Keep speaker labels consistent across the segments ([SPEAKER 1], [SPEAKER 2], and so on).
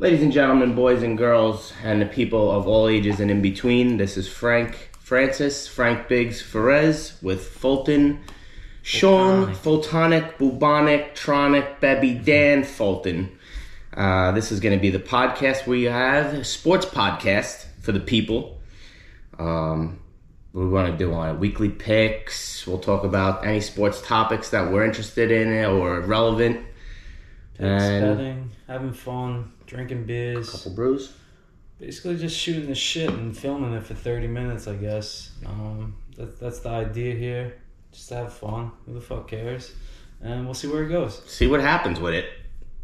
[SPEAKER 1] Ladies and gentlemen, boys and girls, and the people of all ages and in between, this is Frank Francis, Frank Biggs Ferez with Fulton, Sean Fultonic, Bubonic, Tronic, Bebby Dan Fulton. Uh, this is going to be the podcast we have, sports podcast for the people. Um, we want to do on it. Weekly picks. We'll talk about any sports topics that we're interested in or relevant.
[SPEAKER 2] Picks,
[SPEAKER 1] And
[SPEAKER 2] betting, having fun, drinking beers,
[SPEAKER 1] couple brews.
[SPEAKER 2] basically just shooting the shit and filming it for thirty minutes. I guess um, that, that's the idea here. Just to have fun. Who the fuck cares? And we'll see where it goes.
[SPEAKER 1] See what happens with it.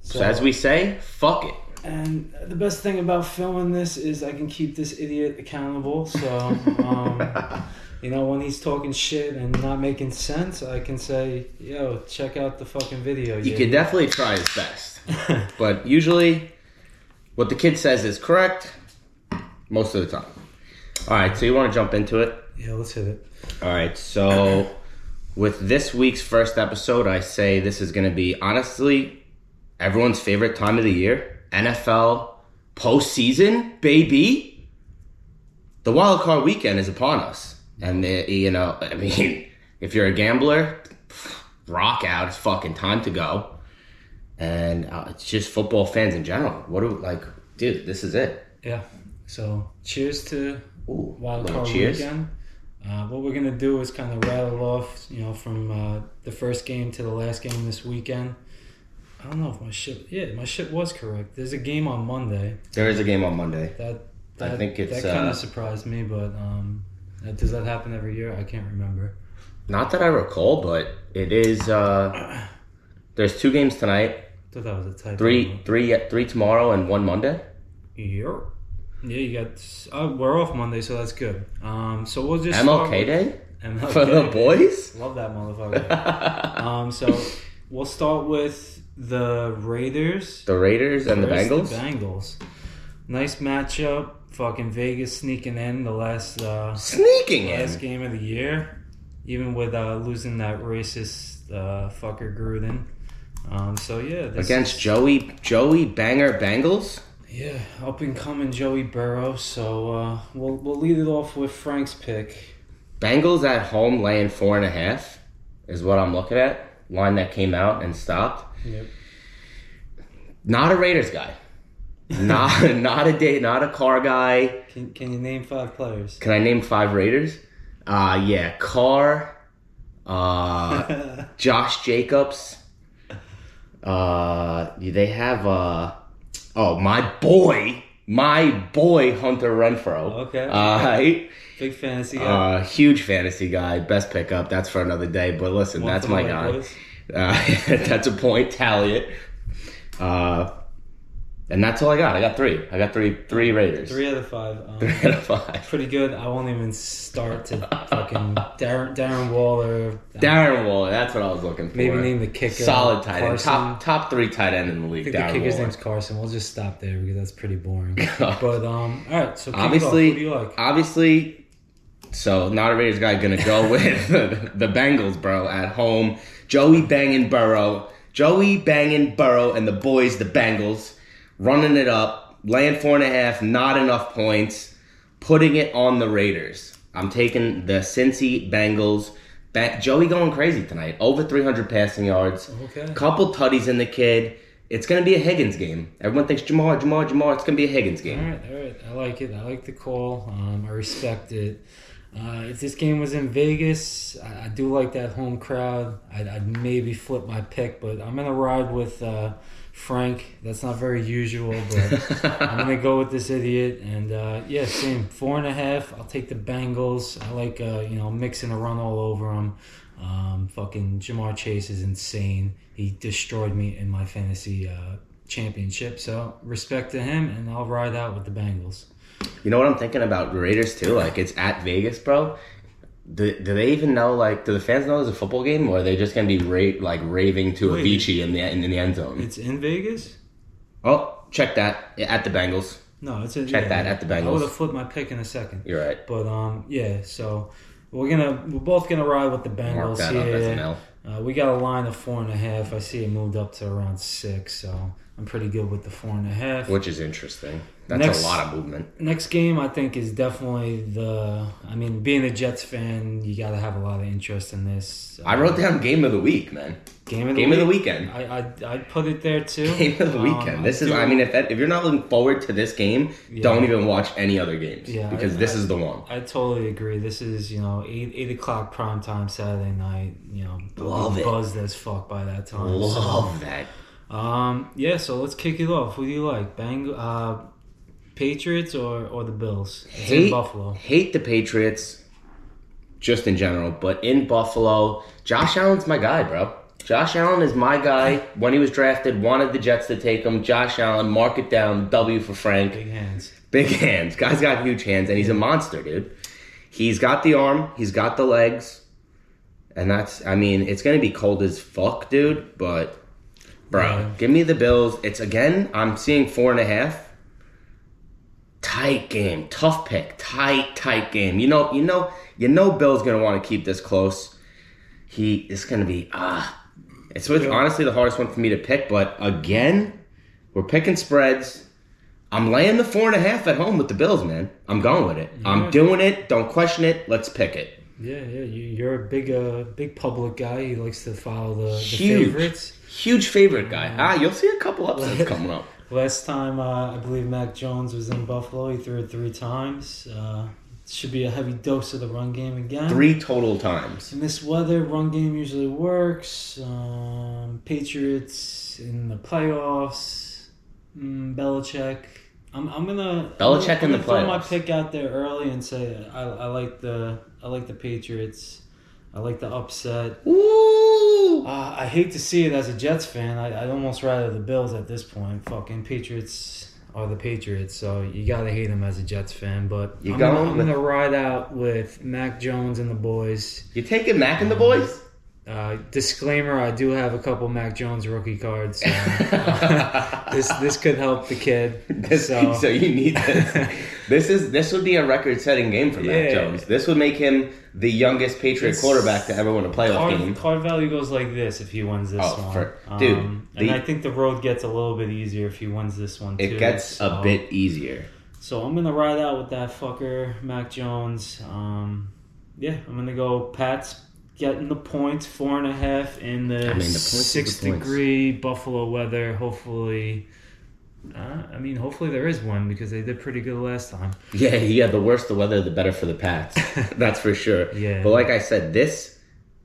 [SPEAKER 1] So,
[SPEAKER 2] So-
[SPEAKER 1] as we say, fuck it.
[SPEAKER 2] And the best thing about filming this is I can keep this idiot accountable. So, um, you know, when he's talking shit and not making sense, I can say, "Yo, check out the fucking video."
[SPEAKER 1] He could definitely try his best, but usually, what the kid says is correct most of the time. All right, so you want to jump into it?
[SPEAKER 2] yeah, let's hit it.
[SPEAKER 1] All right, so with this week's first episode, I say this is going to be honestly everyone's favorite time of the year NFL postseason, baby. The wild card weekend is upon us. And, the, you know, I mean, if you're a gambler, rock out. It's fucking time to go. And uh, it's just football fans in general. What do, like, dude, this is it.
[SPEAKER 2] Yeah. So, cheers to
[SPEAKER 1] Ooh,
[SPEAKER 2] wild
[SPEAKER 1] little
[SPEAKER 2] card weekend. Uh, what we're gonna do is kind of rattle off, you know, from uh, the first game to the last game this weekend. I don't know if my shit. Yeah, my shit was correct. There's a game on Monday.
[SPEAKER 1] There is a game on Monday.
[SPEAKER 2] That,
[SPEAKER 1] I
[SPEAKER 2] that
[SPEAKER 1] think it's,
[SPEAKER 2] that kind
[SPEAKER 1] uh,
[SPEAKER 2] of surprised me, but um, uh, does that happen every year? I can't remember.
[SPEAKER 1] Not that I recall, but it is. Uh, there's two games tonight,
[SPEAKER 2] thought that was a typo.
[SPEAKER 1] three, three, three tomorrow, and one Monday.
[SPEAKER 2] Yeah. Yeah, you got. Uh, we're off Monday, so that's good. Um, so we'll just
[SPEAKER 1] MLK
[SPEAKER 2] start with-
[SPEAKER 1] Day
[SPEAKER 2] MLK
[SPEAKER 1] for the boys.
[SPEAKER 2] Love that motherfucker. um, so we'll start with the Raiders
[SPEAKER 1] the Raiders and the
[SPEAKER 2] versus
[SPEAKER 1] Bengals.
[SPEAKER 2] Bengals. Nice matchup. Fucking Vegas sneaking in the last uh,
[SPEAKER 1] Sneaking
[SPEAKER 2] last
[SPEAKER 1] in.
[SPEAKER 2] game of the year, even with uh, losing that racist uh, fucker Gruden. Um, so yeah, this
[SPEAKER 1] Against Joey, Joey Banger Bengals.
[SPEAKER 2] yeah up and coming Joey Burrow. So uh, we'll we'll lead it off with Frank's pick.
[SPEAKER 1] Bengals at home laying four and a half is what I'm looking at. Line that came out and stopped.
[SPEAKER 2] Yep.
[SPEAKER 1] Not a Raiders guy. Not not a day. Not a car guy.
[SPEAKER 2] Can, can you name five players?
[SPEAKER 1] Can I name five Raiders? Uh yeah, Carr, uh, Josh Jacobs. Uh, they have uh, oh my boy, my boy Hunter Renfro.
[SPEAKER 2] Okay.
[SPEAKER 1] Uh,
[SPEAKER 2] Big fantasy guy.
[SPEAKER 1] uh, huge fantasy guy, best pickup. That's for another day. But listen,
[SPEAKER 2] One
[SPEAKER 1] that's
[SPEAKER 2] for
[SPEAKER 1] my
[SPEAKER 2] the White
[SPEAKER 1] guy.
[SPEAKER 2] Boys.
[SPEAKER 1] Uh, that's a point. Tally it. Uh, and that's all I got. I got three. I got three. Three Raiders.
[SPEAKER 2] Three out of five. Um,
[SPEAKER 1] Three out of five.
[SPEAKER 2] pretty good. I won't even start to fucking Darren, Darren Waller.
[SPEAKER 1] Darren Waller. That's what I was looking for.
[SPEAKER 2] Maybe name the kicker.
[SPEAKER 1] solid tight end,
[SPEAKER 2] uh, Carson.
[SPEAKER 1] top top three tight end in the
[SPEAKER 2] I
[SPEAKER 1] league.
[SPEAKER 2] think the
[SPEAKER 1] Darren
[SPEAKER 2] kicker's
[SPEAKER 1] Waller.
[SPEAKER 2] name's Carson. We'll just stop there because that's pretty boring. but um, all right. So kick it off.
[SPEAKER 1] Obviously-
[SPEAKER 2] who do you like?
[SPEAKER 1] Obviously, so not a Raiders guy gonna go with the Bengals, bro, at home. Joey banging Burrow, Joey banging Burrow, and the boys, the Bengals, running it up, laying four and a half, not enough points, putting it on the Raiders. I'm taking the Cincy Bengals. Ba- Joey going crazy tonight, over 300 passing yards.
[SPEAKER 2] Okay.
[SPEAKER 1] Couple tutties in the kid. It's gonna be a Higgins game. Everyone thinks Jamar, Jamar, Jamar. It's gonna be a Higgins
[SPEAKER 2] All
[SPEAKER 1] game.
[SPEAKER 2] right. All right. I like it. I like the call. Um, I respect it. Uh, if this game was in Vegas, I, I do like that home crowd. I'd, I'd maybe flip my pick, but I'm gonna ride with uh, Frank. That's not very usual, but. I'm gonna go with this idiot, and uh, yeah, same four and a half. I'll take the Bengals. I like uh, you know mixing a run all over them. Um, fucking Jamar Chase is insane. He destroyed me in my fantasy uh, championship. So respect to him, and I'll ride out with the Bengals.
[SPEAKER 1] you know what I'm thinking about Raiders too? Like it's at Vegas, bro. Do, do they even know? Like, do the fans know there's a football game, or are they just gonna be ra- like raving to
[SPEAKER 2] Wait.
[SPEAKER 1] Avicii in the in, the end zone?
[SPEAKER 2] It's in Vegas.
[SPEAKER 1] Oh, check that Yeah, at the Bengals.
[SPEAKER 2] No, it's in.
[SPEAKER 1] Check that at the
[SPEAKER 2] I
[SPEAKER 1] Bengals.
[SPEAKER 2] would have flipped my pick in a second,
[SPEAKER 1] You're right.
[SPEAKER 2] but um, yeah. So we're gonna we're both gonna ride with the
[SPEAKER 1] Mark
[SPEAKER 2] Bengals
[SPEAKER 1] that up as
[SPEAKER 2] here.
[SPEAKER 1] an L.
[SPEAKER 2] Uh, we got a line of four and a half. I see it moved up to around six, so I'm pretty good with the four and a half.
[SPEAKER 1] which is interesting. That's
[SPEAKER 2] Next-
[SPEAKER 1] a lot of movement.
[SPEAKER 2] Next game, I think, is definitely the. I mean, being a Jets fan, you got to have a lot of interest in this.
[SPEAKER 1] I wrote down game of the week, man.
[SPEAKER 2] game of the
[SPEAKER 1] Game
[SPEAKER 2] week.
[SPEAKER 1] of the weekend.
[SPEAKER 2] I, I I put it there too.
[SPEAKER 1] Game of the
[SPEAKER 2] Um,
[SPEAKER 1] weekend. this is.
[SPEAKER 2] do-
[SPEAKER 1] I mean, if that, if you're not looking forward to this game,
[SPEAKER 2] Yeah.
[SPEAKER 1] don't even watch any other games
[SPEAKER 2] Yeah,
[SPEAKER 1] because
[SPEAKER 2] I-
[SPEAKER 1] this
[SPEAKER 2] I-
[SPEAKER 1] is the one.
[SPEAKER 2] I totally agree. This is you know eight eight o'clock prime time Saturday night. You know, I'll be
[SPEAKER 1] Love it.
[SPEAKER 2] buzzed as fuck by that time. so-
[SPEAKER 1] Love that.
[SPEAKER 2] Um, yeah, so let's kick it off. Who do you like, Bang, uh, Patriots or or the Bills? It's in
[SPEAKER 1] Hate-
[SPEAKER 2] Buffalo.
[SPEAKER 1] Hate the Patriots, just in general, but in Buffalo, Josh Allen's my guy, bro. Josh Allen is my guy. When he was drafted, wanted the Jets to take him. Josh Allen, mark it down. W for Frank.
[SPEAKER 2] Big hands.
[SPEAKER 1] Big hands. Guy's got huge hands, and he's a monster, dude. He's got the arm, he's got the legs, and that's. I mean, it's gonna be cold as fuck, dude. But, bro,
[SPEAKER 2] Yeah.
[SPEAKER 1] give me the Bills. It's again. I'm seeing four and a half. Tight game, tough pick, tight, tight game. You know, you know, you know, Bill's gonna want to keep this close. He is gonna be ah. It's with,
[SPEAKER 2] Yeah.
[SPEAKER 1] honestly the hardest one for me to pick, but again, we're picking spreads. I'm laying the four and a half at home with the Bills, man. I'm going with it. I'm
[SPEAKER 2] Yeah.
[SPEAKER 1] doing it. Don't question it. Let's pick it.
[SPEAKER 2] Yeah, yeah. You, you're a big uh big public guy. He likes to follow the, the
[SPEAKER 1] Huge.
[SPEAKER 2] favorites.
[SPEAKER 1] Huge favorite guy. Ah, you'll see a couple upsets coming up.
[SPEAKER 2] Last time, uh, I believe Mac Jones was in Buffalo. He threw it three times. Uh, should be a heavy dose of the run game again.
[SPEAKER 1] Three total times.
[SPEAKER 2] In this weather, run game usually works. Um, Patriots in the playoffs. Mm, Belichick. I'm, I'm gonna
[SPEAKER 1] Belichick in
[SPEAKER 2] I'm gonna
[SPEAKER 1] the
[SPEAKER 2] throw my
[SPEAKER 1] playoffs.
[SPEAKER 2] pick out there early and say I, I like the I like the Patriots. I like the upset.
[SPEAKER 1] Ooh.
[SPEAKER 2] Uh, I hate to see it as a Jets fan. I, I'd almost rather the Bills at this point. Fucking Patriots are the Patriots, so you gotta hate them as a Jets fan. But
[SPEAKER 1] You
[SPEAKER 2] I'm, gonna,
[SPEAKER 1] going
[SPEAKER 2] I'm
[SPEAKER 1] with-
[SPEAKER 2] gonna ride out with Mac Jones and the boys.
[SPEAKER 1] You taking Mac and the boys?
[SPEAKER 2] Uh, disclaimer: I do have a couple Mac Jones rookie cards. So, uh, this this could help the kid.
[SPEAKER 1] This, so.
[SPEAKER 2] so,
[SPEAKER 1] you need this. this is this would be a record-setting game for Mac
[SPEAKER 2] Yeah.
[SPEAKER 1] Jones. This would make him the youngest Patriot
[SPEAKER 2] This-
[SPEAKER 1] quarterback to ever win a playoff game.
[SPEAKER 2] card, card value goes like this if he wins this
[SPEAKER 1] Oh,
[SPEAKER 2] one,
[SPEAKER 1] for- dude,
[SPEAKER 2] Um,
[SPEAKER 1] the-
[SPEAKER 2] and I think the road gets a little bit easier if he wins this one.
[SPEAKER 1] It
[SPEAKER 2] too,
[SPEAKER 1] gets a
[SPEAKER 2] so-
[SPEAKER 1] bit easier.
[SPEAKER 2] So I'm gonna ride out with that fucker, Mac Jones. Um, yeah, I'm gonna go Pats getting the points, four and a half in the,
[SPEAKER 1] I mean, the points is the
[SPEAKER 2] six
[SPEAKER 1] points.
[SPEAKER 2] degree Buffalo weather. Hopefully, uh, I mean, hopefully there is one because they did pretty good last time.
[SPEAKER 1] Yeah, yeah. The worse the weather, the better for the Pats. That's for sure.
[SPEAKER 2] Yeah.
[SPEAKER 1] But like I said, this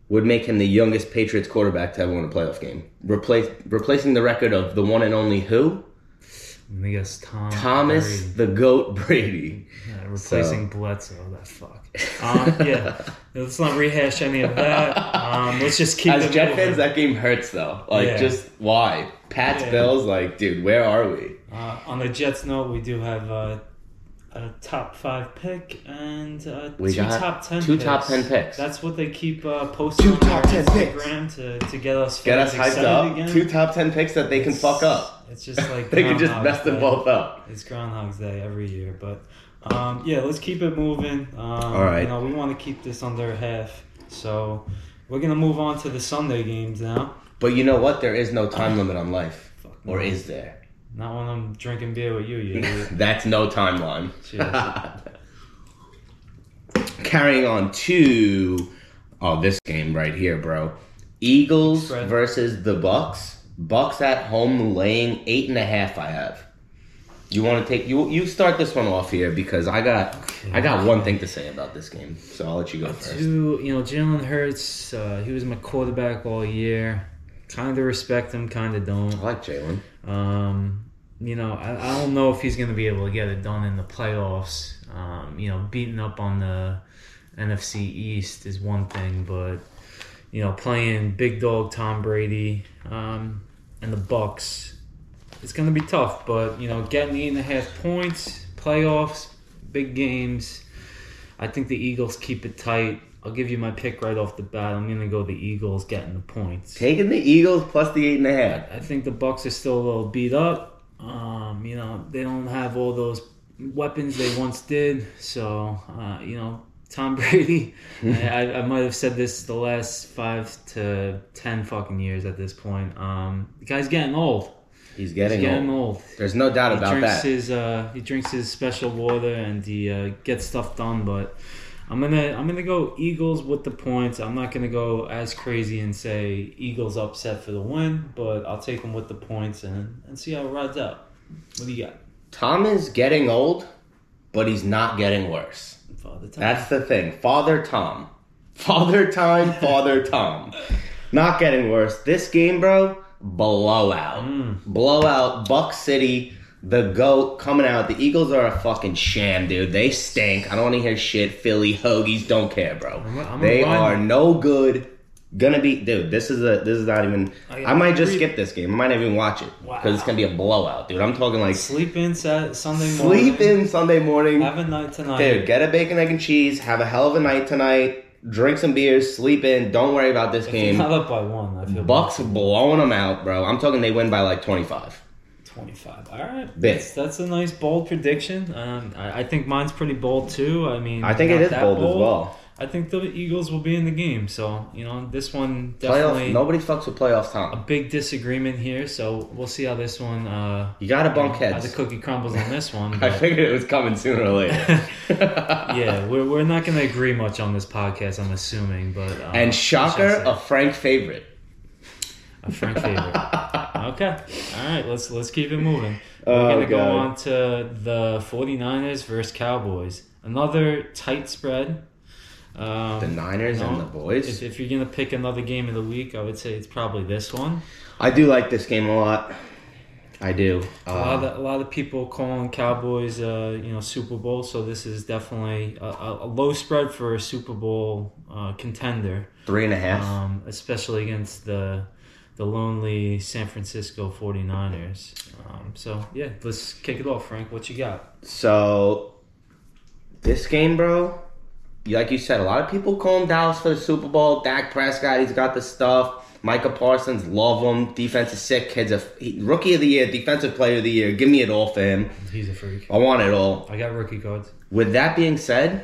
[SPEAKER 1] would make him the youngest Patriots quarterback to ever win a playoff game, replace replacing the record of the one and only who
[SPEAKER 2] And I guess Tom
[SPEAKER 1] Thomas
[SPEAKER 2] Brady,
[SPEAKER 1] the Goat Brady.
[SPEAKER 2] yeah, replacing Bledsoe. That fuck. Um, yeah, let's not rehash any of that. Um, let's just keep
[SPEAKER 1] As
[SPEAKER 2] it
[SPEAKER 1] Jet
[SPEAKER 2] moving.
[SPEAKER 1] fans, that game hurts though. Like,
[SPEAKER 2] Yeah.
[SPEAKER 1] just why Pats
[SPEAKER 2] Yeah.
[SPEAKER 1] Bills? Like, dude, where are we?
[SPEAKER 2] Uh, on the Jets note, we do have uh, a top five pick and uh,
[SPEAKER 1] We
[SPEAKER 2] two
[SPEAKER 1] got
[SPEAKER 2] top ten.
[SPEAKER 1] two
[SPEAKER 2] picks.
[SPEAKER 1] top 10 picks.
[SPEAKER 2] That's what they keep uh, posting
[SPEAKER 1] Two
[SPEAKER 2] on their
[SPEAKER 1] top 10 picks.
[SPEAKER 2] Instagram to, to get us
[SPEAKER 1] Get
[SPEAKER 2] fans
[SPEAKER 1] us hyped
[SPEAKER 2] excited
[SPEAKER 1] up.
[SPEAKER 2] Again.
[SPEAKER 1] Two top ten picks that they can
[SPEAKER 2] It's-
[SPEAKER 1] fuck up.
[SPEAKER 2] It's just like
[SPEAKER 1] They can just
[SPEAKER 2] Groundhog's
[SPEAKER 1] mess them
[SPEAKER 2] Day.
[SPEAKER 1] both up.
[SPEAKER 2] It's Groundhog's Day every year, but um, yeah, let's keep it moving. Um, All
[SPEAKER 1] right.
[SPEAKER 2] you know, we want to keep this under half, so we're gonna move on to the Sunday games now.
[SPEAKER 1] But you know what? There is no time limit on life,
[SPEAKER 2] Fuck
[SPEAKER 1] or
[SPEAKER 2] no.
[SPEAKER 1] is there?
[SPEAKER 2] Not when I'm drinking beer with you, you idiot.
[SPEAKER 1] That's no timeline.
[SPEAKER 2] Cheers.
[SPEAKER 1] Carrying on to oh this game right here, bro. Eagles
[SPEAKER 2] Spread.
[SPEAKER 1] versus the Bucks. Bucks at home laying eight and a half. I have. You want to take you you start this one off here because I got I got one thing to say about this game, so I'll let you go first.
[SPEAKER 2] Two, you know, Jalen Hurts, uh, he was my quarterback all year. Kind of respect him, kind of
[SPEAKER 1] I
[SPEAKER 2] don't.
[SPEAKER 1] like Jalen.
[SPEAKER 2] Um, you know, I, I don't know if he's going to be able to get it done in the playoffs. Um, you know, beating up on the NFC East is one thing, but you know, playing big dog Tom Brady um, and the Bucks, it's going to be tough. But you know, getting eight and a half points, playoffs, big games. I think the Eagles keep it tight. I'll give you my pick right off the bat. I'm going to go the Eagles getting the points.
[SPEAKER 1] Taking the Eagles plus the eight and a half.
[SPEAKER 2] I think the Bucks are still a little beat up. Um, you know, they don't have all those weapons they once did. So, uh, you know, Tom Brady. I, I, I might have said this the last five to ten fucking years at this point. Um, the guy's getting old.
[SPEAKER 1] He's
[SPEAKER 2] He's
[SPEAKER 1] getting
[SPEAKER 2] getting
[SPEAKER 1] old.
[SPEAKER 2] old.
[SPEAKER 1] There's no doubt
[SPEAKER 2] He
[SPEAKER 1] about
[SPEAKER 2] drinks
[SPEAKER 1] that.
[SPEAKER 2] his uh, he drinks his special water and he uh, gets stuff done. But I'm gonna I'm gonna go Eagles with the points. I'm not gonna go as crazy and say Eagles upset for the win, but I'll take them with the points and and see how it rides out. What do you got?
[SPEAKER 1] Tom is getting old, but he's not getting worse.
[SPEAKER 2] Father time.
[SPEAKER 1] That's the thing. Father Tom. Father Time, Father Tom. Not getting worse. This game, bro, blowout.
[SPEAKER 2] Mm.
[SPEAKER 1] Blowout, Buck City, the GOAT coming out. The Eagles are a fucking sham, dude. They stink. I don't want to hear shit. Philly, Hoagies, don't care, bro.
[SPEAKER 2] I'm- I'm
[SPEAKER 1] they
[SPEAKER 2] aligned.
[SPEAKER 1] are no good. Gonna be dude, this is a this is not even
[SPEAKER 2] I-
[SPEAKER 1] I, might just
[SPEAKER 2] agree.
[SPEAKER 1] skip this game. I might not even watch it.
[SPEAKER 2] Wow.
[SPEAKER 1] Because it's gonna be a blowout, dude. I'm talking like sleep,
[SPEAKER 2] sleep in Sat Sunday morning.
[SPEAKER 1] sleep in Sunday morning.
[SPEAKER 2] Have a night tonight.
[SPEAKER 1] Dude, get a bacon, egg, and cheese. Have a hell of a night tonight. Drink some beers. Sleep in. Don't worry about this
[SPEAKER 2] If you're
[SPEAKER 1] game.
[SPEAKER 2] not up by one, I feel
[SPEAKER 1] Bucks blowing them out, bro. I'm talking they win by like 25.
[SPEAKER 2] Twenty five. All right,
[SPEAKER 1] Big.
[SPEAKER 2] that's, that's a nice bold prediction. Um, I, I think mine's pretty bold too. I mean,
[SPEAKER 1] I think
[SPEAKER 2] not
[SPEAKER 1] it is
[SPEAKER 2] that
[SPEAKER 1] bold, as well.
[SPEAKER 2] I think the Eagles will be in the game. So you know, this one definitely
[SPEAKER 1] Playoff. Nobody fucks with playoff
[SPEAKER 2] a
[SPEAKER 1] Tom.
[SPEAKER 2] big disagreement here. So we'll see how this one. Uh,
[SPEAKER 1] You gotta bunk
[SPEAKER 2] How the
[SPEAKER 1] heads.
[SPEAKER 2] cookie crumbles on this one.
[SPEAKER 1] I
[SPEAKER 2] but-
[SPEAKER 1] figured it was coming sooner or later.
[SPEAKER 2] yeah, we're, we're not going to agree much on this podcast. I'm assuming, but um,
[SPEAKER 1] and
[SPEAKER 2] we
[SPEAKER 1] shocker, oh.
[SPEAKER 2] shall see.
[SPEAKER 1] a Frank favorite.
[SPEAKER 2] a Frank favorite. okay, all right, let's let's keep it moving. We're
[SPEAKER 1] Oh,
[SPEAKER 2] gonna go
[SPEAKER 1] God.
[SPEAKER 2] on to the 49ers versus Cowboys. Another tight spread. Um,
[SPEAKER 1] The Niners
[SPEAKER 2] no.
[SPEAKER 1] and the
[SPEAKER 2] if,
[SPEAKER 1] boys.
[SPEAKER 2] if you're gonna pick another game of the week, I would say it's probably this one.
[SPEAKER 1] I do like this game a lot. I do.
[SPEAKER 2] A lot,
[SPEAKER 1] Uh,
[SPEAKER 2] of, a lot of people calling Cowboys, uh, you know, Super Bowl. So this is definitely a, a a low spread for a Super Bowl uh, contender,
[SPEAKER 1] three and a half.
[SPEAKER 2] um, especially against the the lonely San Francisco 49ers. Um, so yeah, let's kick it off, Frank. What you got?
[SPEAKER 1] So this game, bro, like you said, a lot of people call him Dallas for the Super Bowl. Dak Prescott, he's got the stuff. Micah Parsons, love him. Defense is sick. Kid's a he, rookie of the year, defensive player of the year. Give me it all for him.
[SPEAKER 2] He's a freak.
[SPEAKER 1] I want it all.
[SPEAKER 2] I got rookie cards.
[SPEAKER 1] With that being said,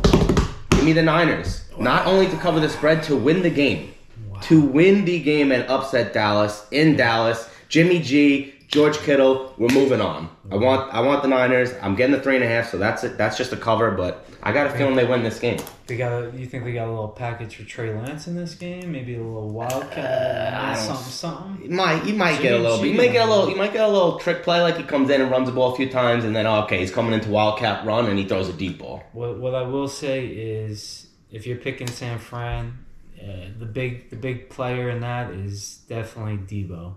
[SPEAKER 1] give me the Niners. Not only to cover the spread, to win the game.
[SPEAKER 2] Wow.
[SPEAKER 1] To win the game and upset Dallas in Dallas. Jimmy G, George Kittle, we're moving on. I want I want the Niners. I'm getting the three and a half, so that's it. That's just a cover, but I got a feeling they win this game.
[SPEAKER 2] They got a, you think they got a little package for Trey Lance in this game? Maybe a little
[SPEAKER 1] I
[SPEAKER 2] wildcat,
[SPEAKER 1] don't-
[SPEAKER 2] something, something.
[SPEAKER 1] You might you might get a
[SPEAKER 2] Jimmy
[SPEAKER 1] little
[SPEAKER 2] G.
[SPEAKER 1] you might get a little you might get a little trick play like he comes in and runs the ball a few times and then oh, okay, he's coming into wildcat run and he throws a deep ball.
[SPEAKER 2] What what I will say is, if you're picking San Fran, uh, the big the big player in that is definitely Debo.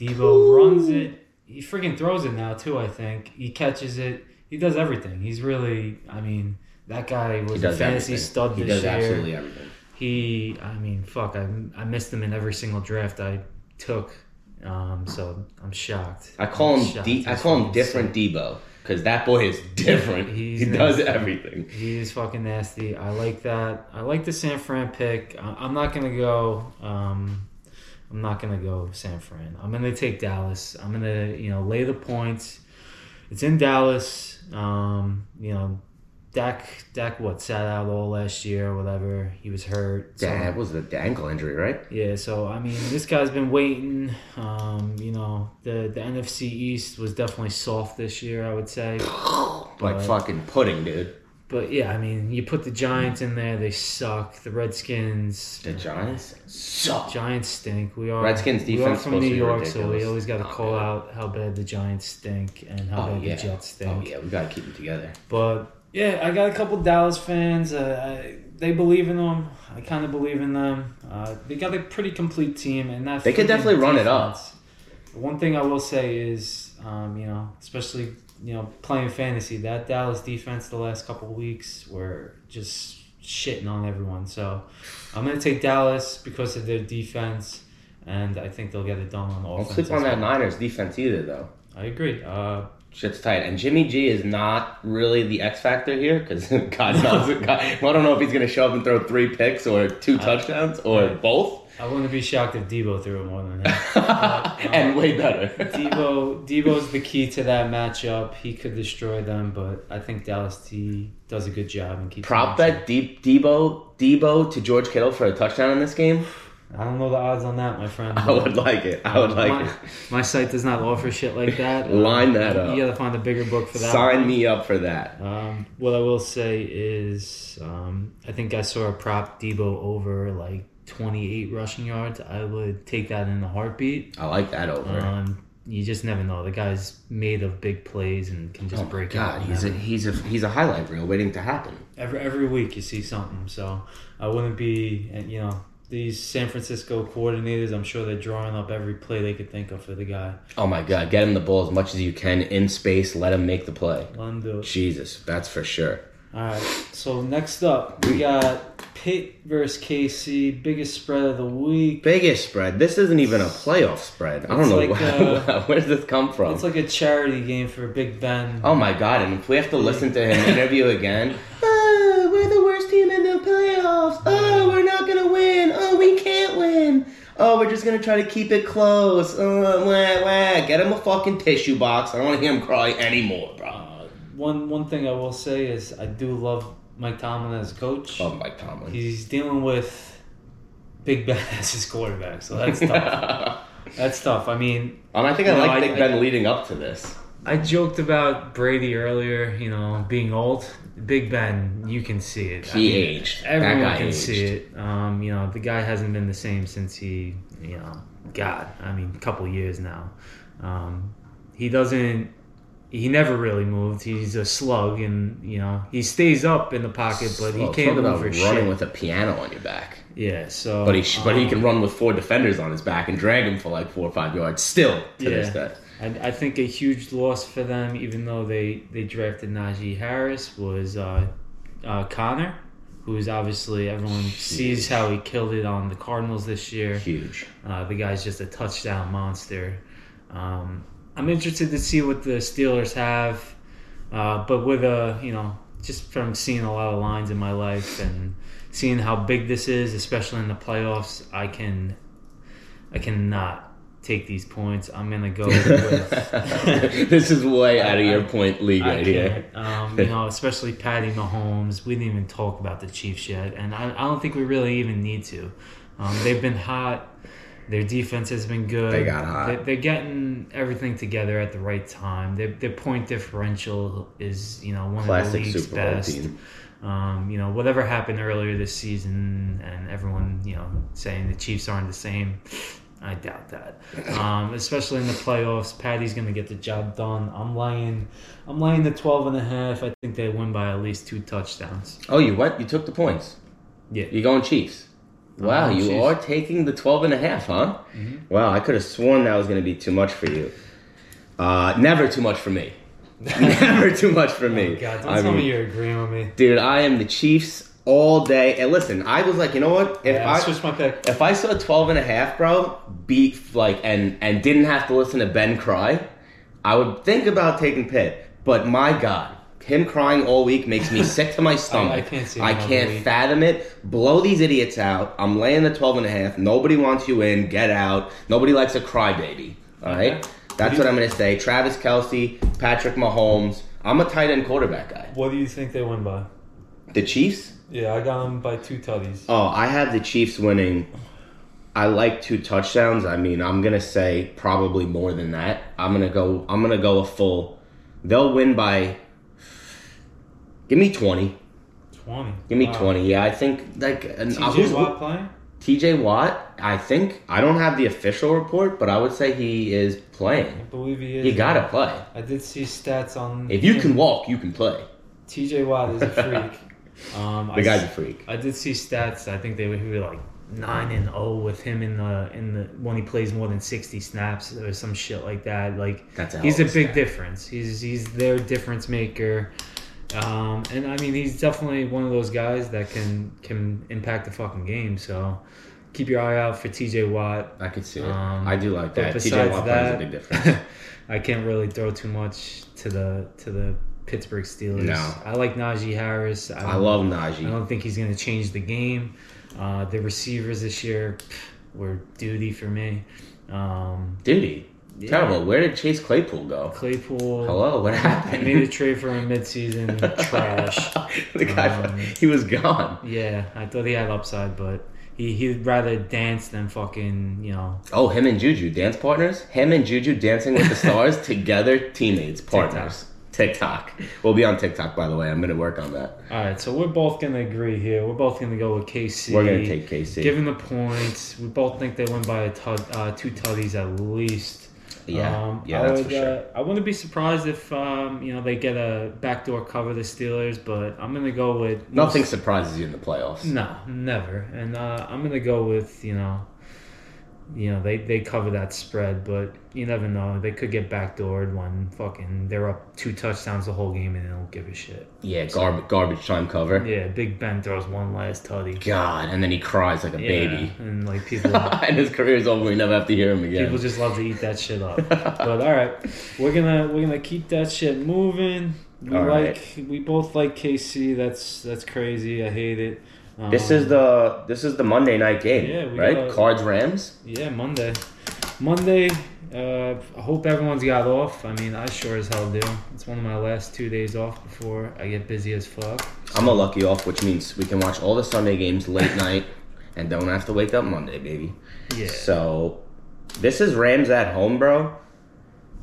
[SPEAKER 2] Debo runs it. He freaking throws it now too. I think he catches it. He does everything. He's really. I mean, that guy
[SPEAKER 1] He
[SPEAKER 2] was a
[SPEAKER 1] does
[SPEAKER 2] fantasy
[SPEAKER 1] everything.
[SPEAKER 2] stud
[SPEAKER 1] he
[SPEAKER 2] this
[SPEAKER 1] does
[SPEAKER 2] year.
[SPEAKER 1] absolutely everything.
[SPEAKER 2] He. I mean, fuck. I I missed him in every single draft I took. Um, so I'm shocked.
[SPEAKER 1] I call
[SPEAKER 2] I'm
[SPEAKER 1] him
[SPEAKER 2] shocked.
[SPEAKER 1] D- I
[SPEAKER 2] He's
[SPEAKER 1] call him
[SPEAKER 2] fucking
[SPEAKER 1] different Debo because that boy is different.
[SPEAKER 2] He's
[SPEAKER 1] he does
[SPEAKER 2] nasty.
[SPEAKER 1] everything.
[SPEAKER 2] He is fucking nasty. I like that. I like the San Fran pick. I- I'm not gonna go. Um, I'm not gonna go San Fran. I'm gonna take Dallas. I'm gonna you know lay the points. It's in Dallas. Um, you know, Dak Dak what sat out all last year or whatever. He was hurt. so-
[SPEAKER 1] That was the ankle injury, right?
[SPEAKER 2] yeah, so I mean, this guy's been waiting. Um, you know, the the NFC East was definitely soft this year. I would say.
[SPEAKER 1] Like
[SPEAKER 2] Right.
[SPEAKER 1] fucking pudding, dude.
[SPEAKER 2] But yeah, I mean, you put the Giants in there; they suck. The Redskins,
[SPEAKER 1] The Giants suck.
[SPEAKER 2] Giants stink. We are
[SPEAKER 1] Redskins
[SPEAKER 2] we are
[SPEAKER 1] defense
[SPEAKER 2] from
[SPEAKER 1] supposed to
[SPEAKER 2] New
[SPEAKER 1] be
[SPEAKER 2] York, so
[SPEAKER 1] ridiculous.
[SPEAKER 2] we always got to
[SPEAKER 1] Oh,
[SPEAKER 2] call
[SPEAKER 1] yeah.
[SPEAKER 2] out how bad the Giants stink and how
[SPEAKER 1] Oh
[SPEAKER 2] bad
[SPEAKER 1] yeah.
[SPEAKER 2] the Jets stink.
[SPEAKER 1] Oh yeah, we gotta keep them together.
[SPEAKER 2] But yeah, I got a couple Dallas fans. Uh, I, they believe in them. I kind of believe in them. Uh, they got a pretty complete team, and that
[SPEAKER 1] They could
[SPEAKER 2] freaking
[SPEAKER 1] definitely run it up.
[SPEAKER 2] defense- One thing I will say is, um, you know, especially you know playing fantasy, that Dallas defense the last couple weeks were just shitting on everyone. So I'm gonna take Dallas because of their defense. And I think they'll get it done on
[SPEAKER 1] Don't
[SPEAKER 2] offense.
[SPEAKER 1] sleep on
[SPEAKER 2] as
[SPEAKER 1] that
[SPEAKER 2] well.
[SPEAKER 1] Niners defense either, though.
[SPEAKER 2] I agree. Uh,
[SPEAKER 1] Shit's tight, and Jimmy G is not really the X factor here because Uh, God knows, God, I don't know if he's gonna show up and throw three picks or two touchdowns or both.
[SPEAKER 2] I wouldn't be shocked if Debo threw it more than that.
[SPEAKER 1] Uh, and way better.
[SPEAKER 2] Debo Debo's the key to that matchup. He could destroy them, but I think Dallas T does a good job and keeps
[SPEAKER 1] Prop bet deep Debo Debo to George Kittle for a touchdown in this game.
[SPEAKER 2] I don't know the odds on that, my friend.
[SPEAKER 1] I would like it. I would like
[SPEAKER 2] my,
[SPEAKER 1] it.
[SPEAKER 2] my site does not offer shit like that.
[SPEAKER 1] Line that up.
[SPEAKER 2] You gotta find a bigger book for that.
[SPEAKER 1] Sign me up for that.
[SPEAKER 2] Um, what I will say is, um, I think I saw a prop Debo over like 28 rushing yards. I would take that in a heartbeat.
[SPEAKER 1] I like that over.
[SPEAKER 2] Um, you just never know. The guy's made of big plays and can just
[SPEAKER 1] Oh my
[SPEAKER 2] break.
[SPEAKER 1] God,
[SPEAKER 2] out
[SPEAKER 1] he's a
[SPEAKER 2] whenever.
[SPEAKER 1] he's a he's a highlight reel waiting to happen.
[SPEAKER 2] every every week you see something. So I wouldn't be, and, you know, these San Francisco coordinators. I'm sure they're drawing up every play they could think of for the guy.
[SPEAKER 1] Oh my God, get him the ball as much as you can in space. Let him make the play.
[SPEAKER 2] Let 'em do it.
[SPEAKER 1] Jesus, that's for sure.
[SPEAKER 2] All right. So next up, we got Pitt versus KC, biggest spread of the week.
[SPEAKER 1] Biggest spread. This isn't even a playoff spread. I don't
[SPEAKER 2] It's
[SPEAKER 1] know
[SPEAKER 2] like,
[SPEAKER 1] where,
[SPEAKER 2] uh,
[SPEAKER 1] where does this come from.
[SPEAKER 2] It's like a charity game for Big Ben.
[SPEAKER 1] Oh my god, and if we have to listen to him interview again. Oh, we're the worst team in the playoffs. Oh, we're not gonna win. Oh, we can't win. Oh, we're just gonna try to keep it close. Oh, wah, wah. Get him a fucking tissue box. I don't wanna hear him cry anymore, bro.
[SPEAKER 2] Uh, one one thing I will say is I do love Mike Tomlin as a coach.
[SPEAKER 1] Love Oh, Mike Tomlin.
[SPEAKER 2] He's dealing with Big Ben as his quarterback, so that's tough. that's tough. I mean,
[SPEAKER 1] Um, I think I
[SPEAKER 2] No,
[SPEAKER 1] like
[SPEAKER 2] I-
[SPEAKER 1] Big
[SPEAKER 2] I-
[SPEAKER 1] Ben leading up to this.
[SPEAKER 2] I joked about Brady earlier, you know, being old. Big Ben, you can see it. I
[SPEAKER 1] He
[SPEAKER 2] mean,
[SPEAKER 1] aged. That
[SPEAKER 2] Everyone
[SPEAKER 1] guy
[SPEAKER 2] can
[SPEAKER 1] aged.
[SPEAKER 2] see it. Um, you know, the guy hasn't been the same since he, you know, God, I mean, couple years now. Um, he doesn't. He never really moved. He's a slug, and you know he stays up in the pocket, but
[SPEAKER 1] Well,
[SPEAKER 2] he
[SPEAKER 1] talk
[SPEAKER 2] can't move
[SPEAKER 1] about
[SPEAKER 2] for
[SPEAKER 1] running
[SPEAKER 2] shit.
[SPEAKER 1] with a piano on your back.
[SPEAKER 2] yeah, so
[SPEAKER 1] But he sh- but he
[SPEAKER 2] um,
[SPEAKER 1] can run with four defenders on his back and drag him for like four or five yards still to this
[SPEAKER 2] Yeah.
[SPEAKER 1] day.
[SPEAKER 2] I, I think a huge loss for them, even though they, they drafted Najee Harris, was uh, uh, Connor, who is obviously everyone sees how he killed it on the Cardinals this year.
[SPEAKER 1] Huge.
[SPEAKER 2] Uh, the guy's just a touchdown monster. Um, I'm interested to see what the Steelers have, uh, but with a you know just from seeing a lot of lines in my life and seeing how big this is, especially in the playoffs, I can I cannot take these points. I'm gonna go with.
[SPEAKER 1] this is way out of your point league
[SPEAKER 2] I
[SPEAKER 1] right here.
[SPEAKER 2] can't. Um, you know, especially Patty Mahomes. We didn't even talk about the Chiefs yet, and I, I don't think we really even need to. Um, they've been hot. Their defense has been good.
[SPEAKER 1] They got hot.
[SPEAKER 2] They, they're getting everything together at the right time. Their, their point differential is, you know, one of the
[SPEAKER 1] Classic
[SPEAKER 2] league's
[SPEAKER 1] Super Bowl
[SPEAKER 2] best.
[SPEAKER 1] team.
[SPEAKER 2] Um, you know, whatever happened earlier this season, and everyone, you know, saying the Chiefs aren't the same. I doubt that. Um, especially in the playoffs, Patty's going to get the job done. I'm lying. I'm lying to 12 and a half. I think they win by at least two touchdowns.
[SPEAKER 1] Oh, you what? You took the points.
[SPEAKER 2] Yeah.
[SPEAKER 1] You're going Chiefs. Wow,
[SPEAKER 2] going
[SPEAKER 1] you
[SPEAKER 2] Chiefs. Mm-hmm.
[SPEAKER 1] are taking the 12 and a half, huh? Wow, I could have sworn that was going to be too much for you. Uh, never too much for me. never too much for me.
[SPEAKER 2] Oh God, don't
[SPEAKER 1] I
[SPEAKER 2] tell
[SPEAKER 1] mean,
[SPEAKER 2] me you're agreeing with me.
[SPEAKER 1] dude, I am the Chiefs all day. And listen, I was like, you know what? If
[SPEAKER 2] Yeah,
[SPEAKER 1] I
[SPEAKER 2] I switched my pick.
[SPEAKER 1] If I saw 12 and a half, bro, beat like and and didn't have to listen to Ben cry, I would think about taking Pitt. But my God, him crying all week makes me sick to my stomach.
[SPEAKER 2] can't see
[SPEAKER 1] I
[SPEAKER 2] another
[SPEAKER 1] can't
[SPEAKER 2] week.
[SPEAKER 1] fathom it. Blow these idiots out. I'm laying the 12 and a half. Nobody wants you in. Get out. Nobody likes a crybaby. All right?
[SPEAKER 2] Okay.
[SPEAKER 1] That's what I'm going to say. Travis Kelsey, Patrick Mahomes. I'm a tight end quarterback guy.
[SPEAKER 2] What do you think they win by?
[SPEAKER 1] The Chiefs?
[SPEAKER 2] Yeah, I got them by two tutties.
[SPEAKER 1] Oh, I have the Chiefs winning. I like two touchdowns. I mean, I'm gonna say probably more than that. I'm gonna go. I'm gonna go a full. They'll win by. Give me twenty.
[SPEAKER 2] 20.
[SPEAKER 1] Give me
[SPEAKER 2] Wow.
[SPEAKER 1] twenty. Yeah, I think like an, uh, who's-
[SPEAKER 2] TJ Watt playing?
[SPEAKER 1] TJ Watt. I think I don't have the official report, but I would say he is
[SPEAKER 2] I
[SPEAKER 1] playing.
[SPEAKER 2] believe he Hmm. is.
[SPEAKER 1] You gotta play.
[SPEAKER 2] I did see stats on.
[SPEAKER 1] If you can walk, you can play.
[SPEAKER 2] TJ Watt is a freak. um, I
[SPEAKER 1] The guy's a
[SPEAKER 2] s-
[SPEAKER 1] freak.
[SPEAKER 2] I did see stats. I think they were, he were like nine and zero with him in the in the when he plays more than sixty snaps or some shit like that. Like
[SPEAKER 1] That's a hell
[SPEAKER 2] he's a
[SPEAKER 1] of a
[SPEAKER 2] big
[SPEAKER 1] stat.
[SPEAKER 2] difference. He's he's their difference maker. Um, and I mean, he's definitely one of those guys that can can impact the fucking game. So keep your eye out for TJ Watt.
[SPEAKER 1] I could see it.
[SPEAKER 2] Um,
[SPEAKER 1] I do like
[SPEAKER 2] but
[SPEAKER 1] that. TJ
[SPEAKER 2] besides
[SPEAKER 1] Watt plays a
[SPEAKER 2] that-
[SPEAKER 1] big difference.
[SPEAKER 2] I can't really throw too much to the to the Pittsburgh Steelers.
[SPEAKER 1] No.
[SPEAKER 2] I like Najee Harris.
[SPEAKER 1] I love
[SPEAKER 2] I
[SPEAKER 1] Najee.
[SPEAKER 2] don't think he's going to change the game. Uh, the receivers this year, pff, were duty for me. Um,
[SPEAKER 1] Duty.
[SPEAKER 2] yeah.
[SPEAKER 1] Terrible. Where did Chase Claypool go?
[SPEAKER 2] Claypool.
[SPEAKER 1] Hello, what
[SPEAKER 2] I
[SPEAKER 1] happened?
[SPEAKER 2] made a trade for him midseason. Trash.
[SPEAKER 1] the guy,
[SPEAKER 2] Um,
[SPEAKER 1] he was gone.
[SPEAKER 2] Yeah, I thought he had upside, but he he'd rather dance than fucking you know
[SPEAKER 1] Oh, him and Juju dance partners. Him and Juju dancing with the stars together, teammates, partners. TikTok. We'll be on TikTok, by the way. I'm gonna work on that.
[SPEAKER 2] All right, so we're both gonna agree here. We're both gonna go with KC.
[SPEAKER 1] We're gonna take KC.
[SPEAKER 2] Given the points, we both think they win by a tud, uh, two tutties at least.
[SPEAKER 1] yeah,
[SPEAKER 2] um,
[SPEAKER 1] yeah,
[SPEAKER 2] I
[SPEAKER 1] that's
[SPEAKER 2] would,
[SPEAKER 1] for sure.
[SPEAKER 2] Uh, I wouldn't be surprised if um, you know they get a backdoor cover the Steelers, but I'm gonna go with
[SPEAKER 1] Nothing surprises you in the playoffs.
[SPEAKER 2] No, never. And uh, I'm gonna go with you know, you know they they cover that spread, but you never know. They could get backdoored when fucking they're up two touchdowns the whole game and they don't give a shit.
[SPEAKER 1] Yeah, garb- garbage time cover.
[SPEAKER 2] Yeah, Big Ben throws one last tutty.
[SPEAKER 1] God, and then he cries like a baby.
[SPEAKER 2] Yeah, and like people
[SPEAKER 1] and his career's over. We never have to hear him
[SPEAKER 2] people
[SPEAKER 1] again.
[SPEAKER 2] just love to eat that shit up. but all right, we're gonna we're gonna keep that shit moving. We
[SPEAKER 1] All
[SPEAKER 2] like
[SPEAKER 1] right.
[SPEAKER 2] we both like KC. That's that's crazy. I hate it. Um,
[SPEAKER 1] This is the this is the Monday night game,
[SPEAKER 2] Yeah, we
[SPEAKER 1] right?
[SPEAKER 2] gotta-
[SPEAKER 1] Cards Rams.
[SPEAKER 2] yeah Monday. Monday. Uh, I hope everyone's got off. I mean, I sure as hell do. It's one of my last two days off before I get busy as fuck.
[SPEAKER 1] I'm a lucky off, which means we can watch all the Sunday games late night and don't have to wake up Monday, baby.
[SPEAKER 2] Yeah.
[SPEAKER 1] So this is Rams at home, bro.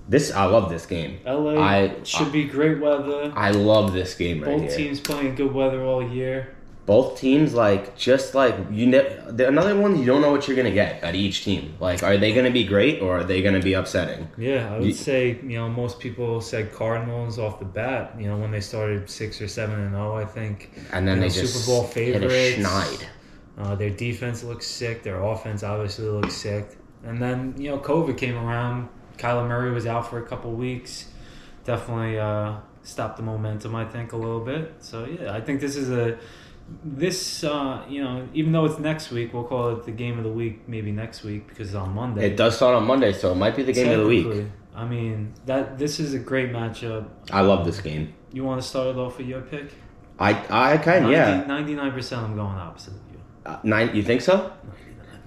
[SPEAKER 1] This I love this game.
[SPEAKER 2] LA
[SPEAKER 1] I-
[SPEAKER 2] should be great weather.
[SPEAKER 1] I love this game right
[SPEAKER 2] Both
[SPEAKER 1] here.
[SPEAKER 2] teams playing good weather all year.
[SPEAKER 1] Both teams, like, just like you ne- the- another one, you don't know what you're gonna get at each team. Like, are they gonna be great or are they gonna be upsetting?
[SPEAKER 2] Yeah, I
[SPEAKER 1] Ye-
[SPEAKER 2] would say you know most people said Cardinals off the bat. You know when they started six or seven and zero, I think
[SPEAKER 1] And then
[SPEAKER 2] You
[SPEAKER 1] they
[SPEAKER 2] know,
[SPEAKER 1] just
[SPEAKER 2] Super Bowl
[SPEAKER 1] hit a
[SPEAKER 2] favorites.
[SPEAKER 1] schneid.
[SPEAKER 2] uh, their defense looks sick. Their offense obviously looks sick. And then you know COVID came around. Kyler Murray was out for a couple weeks. Definitely uh, stopped the momentum, I think, a little bit. So yeah, I think this is a this uh, you know even though it's next week, we'll call it the game of the week maybe next week because it's on Monday.
[SPEAKER 1] It does start on Monday, so it might be the game of the week.
[SPEAKER 2] Technically, I mean that this is a great matchup.
[SPEAKER 1] I love this game.
[SPEAKER 2] You want to start it off with your pick?
[SPEAKER 1] I I kind yeah.
[SPEAKER 2] ninety-nine percent. I'm going opposite of you.
[SPEAKER 1] Uh, nine, you think so?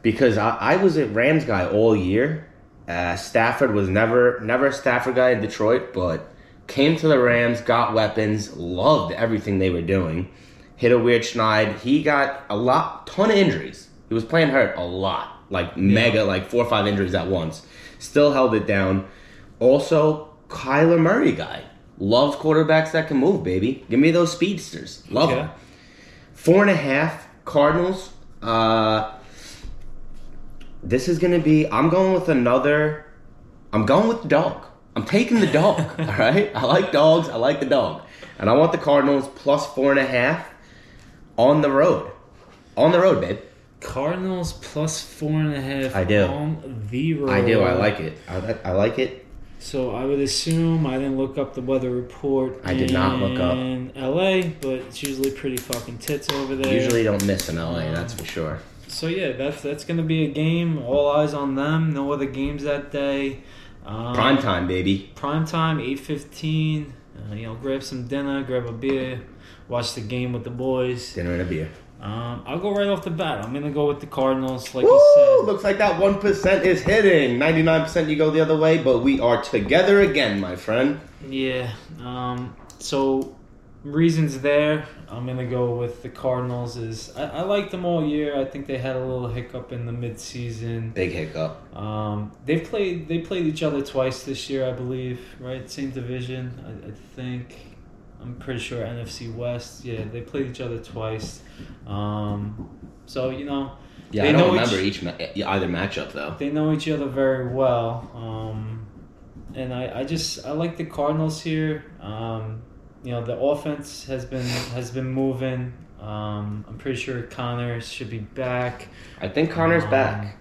[SPEAKER 1] Because I, I was a Rams guy all year. Uh, Stafford was never never a Stafford guy in Detroit, but came to the Rams, got weapons, loved everything they were doing. Hit a weird schneid. He got a lot, ton of injuries. He was playing hurt a lot, like mega, like four or five injuries at once. Still held it down. Also, Kyler Murray guy. Love quarterbacks that can move, baby. Give me those speedsters. Love
[SPEAKER 2] Okay.
[SPEAKER 1] them. Four and a half Cardinals. Uh, this is going to be. I'm going with another. I'm going with the dog. I'm taking the dog. all right. I like dogs. I like the dog, and I want the Cardinals plus four and a half on the road. On the road, babe.
[SPEAKER 2] Cardinals plus four and a half.
[SPEAKER 1] I do.
[SPEAKER 2] On the road.
[SPEAKER 1] I do. I like it. I, li- I like it.
[SPEAKER 2] So I would assume I didn't look up the weather report.
[SPEAKER 1] I did not look up.
[SPEAKER 2] in L.A., but it's usually pretty fucking tits over there.
[SPEAKER 1] Usually don't miss in LA. That's for sure.
[SPEAKER 2] So yeah, that's that's gonna be a game. All eyes on them. No other games that day. Um,
[SPEAKER 1] Prime time, baby.
[SPEAKER 2] prime time, eight fifteen. Uh, you know, grab some dinner, grab a beer, watch the game with the boys.
[SPEAKER 1] Dinner and a beer.
[SPEAKER 2] Um, I'll go right off the bat. I'm gonna go with the Cardinals, like
[SPEAKER 1] Woo!
[SPEAKER 2] you said.
[SPEAKER 1] Looks like that one percent is hitting. Ninety nine percent, you go the other way, but we are together again, my friend.
[SPEAKER 2] Yeah. Um, so reasons there. I'm gonna go with the Cardinals. Is I, I liked them all year. I think they had a little hiccup in the midseason.
[SPEAKER 1] Big hiccup.
[SPEAKER 2] Um, they've played they played each other twice this year, I believe. Right, same division, I, I think. I'm pretty sure NFC West. Yeah, they played each other twice. Um, so you know
[SPEAKER 1] Yeah,
[SPEAKER 2] They
[SPEAKER 1] I don't
[SPEAKER 2] know
[SPEAKER 1] remember each, ma- e- either matchup though.
[SPEAKER 2] they know each other very well. Um, and I, I just I like the Cardinals here. Um, you know the offense has been has been moving. Um, I'm pretty sure Connors should be back.
[SPEAKER 1] I think Connor's
[SPEAKER 2] Um,
[SPEAKER 1] back.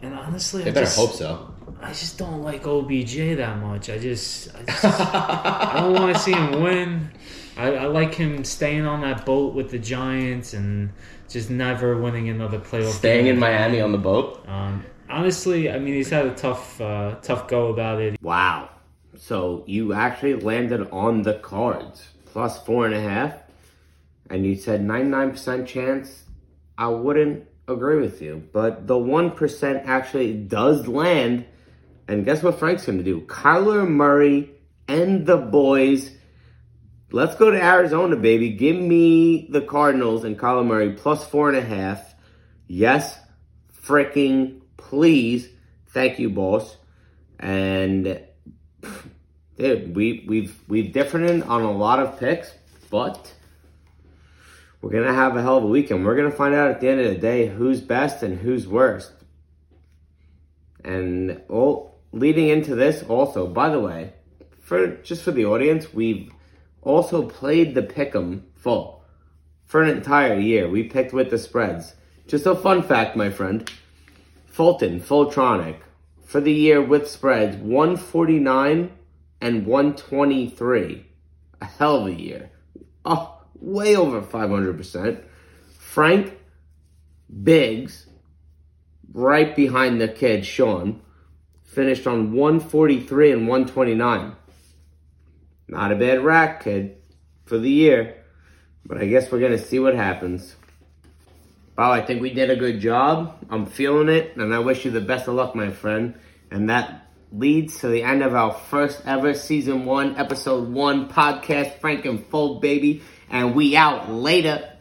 [SPEAKER 2] And honestly,
[SPEAKER 1] They
[SPEAKER 2] I
[SPEAKER 1] better
[SPEAKER 2] just,
[SPEAKER 1] hope so.
[SPEAKER 2] I just don't like OBJ that much. I just, I, just, I don't want to see him win. I, I like him staying on that boat with the Giants and just never winning another playoff.
[SPEAKER 1] Staying
[SPEAKER 2] game.
[SPEAKER 1] in Miami on the boat.
[SPEAKER 2] Um, honestly, I mean, he's had a tough, uh, tough go about it.
[SPEAKER 1] Wow. So you actually landed on the cards plus four and a half, and you said ninety nine percent chance. I wouldn't. agree with you, but the 1% actually does land. And guess what Frank's going to do? Kyler Murray and the boys. Let's go to Arizona, baby. Give me the Cardinals and Kyler Murray plus four and a half. Yes, freaking please. Thank you, boss. And dude, we we've we've differed on a lot of picks, but we're gonna have a hell of a weekend. We're gonna find out at the end of the day who's best and who's worst. And all leading into this also, by the way, for just for the audience, we've also played the pick'em full for an entire year. We picked with the spreads. Just a fun fact, my friend. Fulton, Fultronic, for the year with spreads, 149 and 123. A hell of a year. Oh, way over 500%. Frank Biggs, right behind the kid, Sean, finished on 143 and 129. Not a bad rack, kid, for the year. But I guess we're going to see what happens. Wow, I think we did a good job. I'm feeling it, and I wish you the best of luck, my friend. And that leads to the end of our first ever season one, episode one podcast, Frank and Full Baby. And we out later.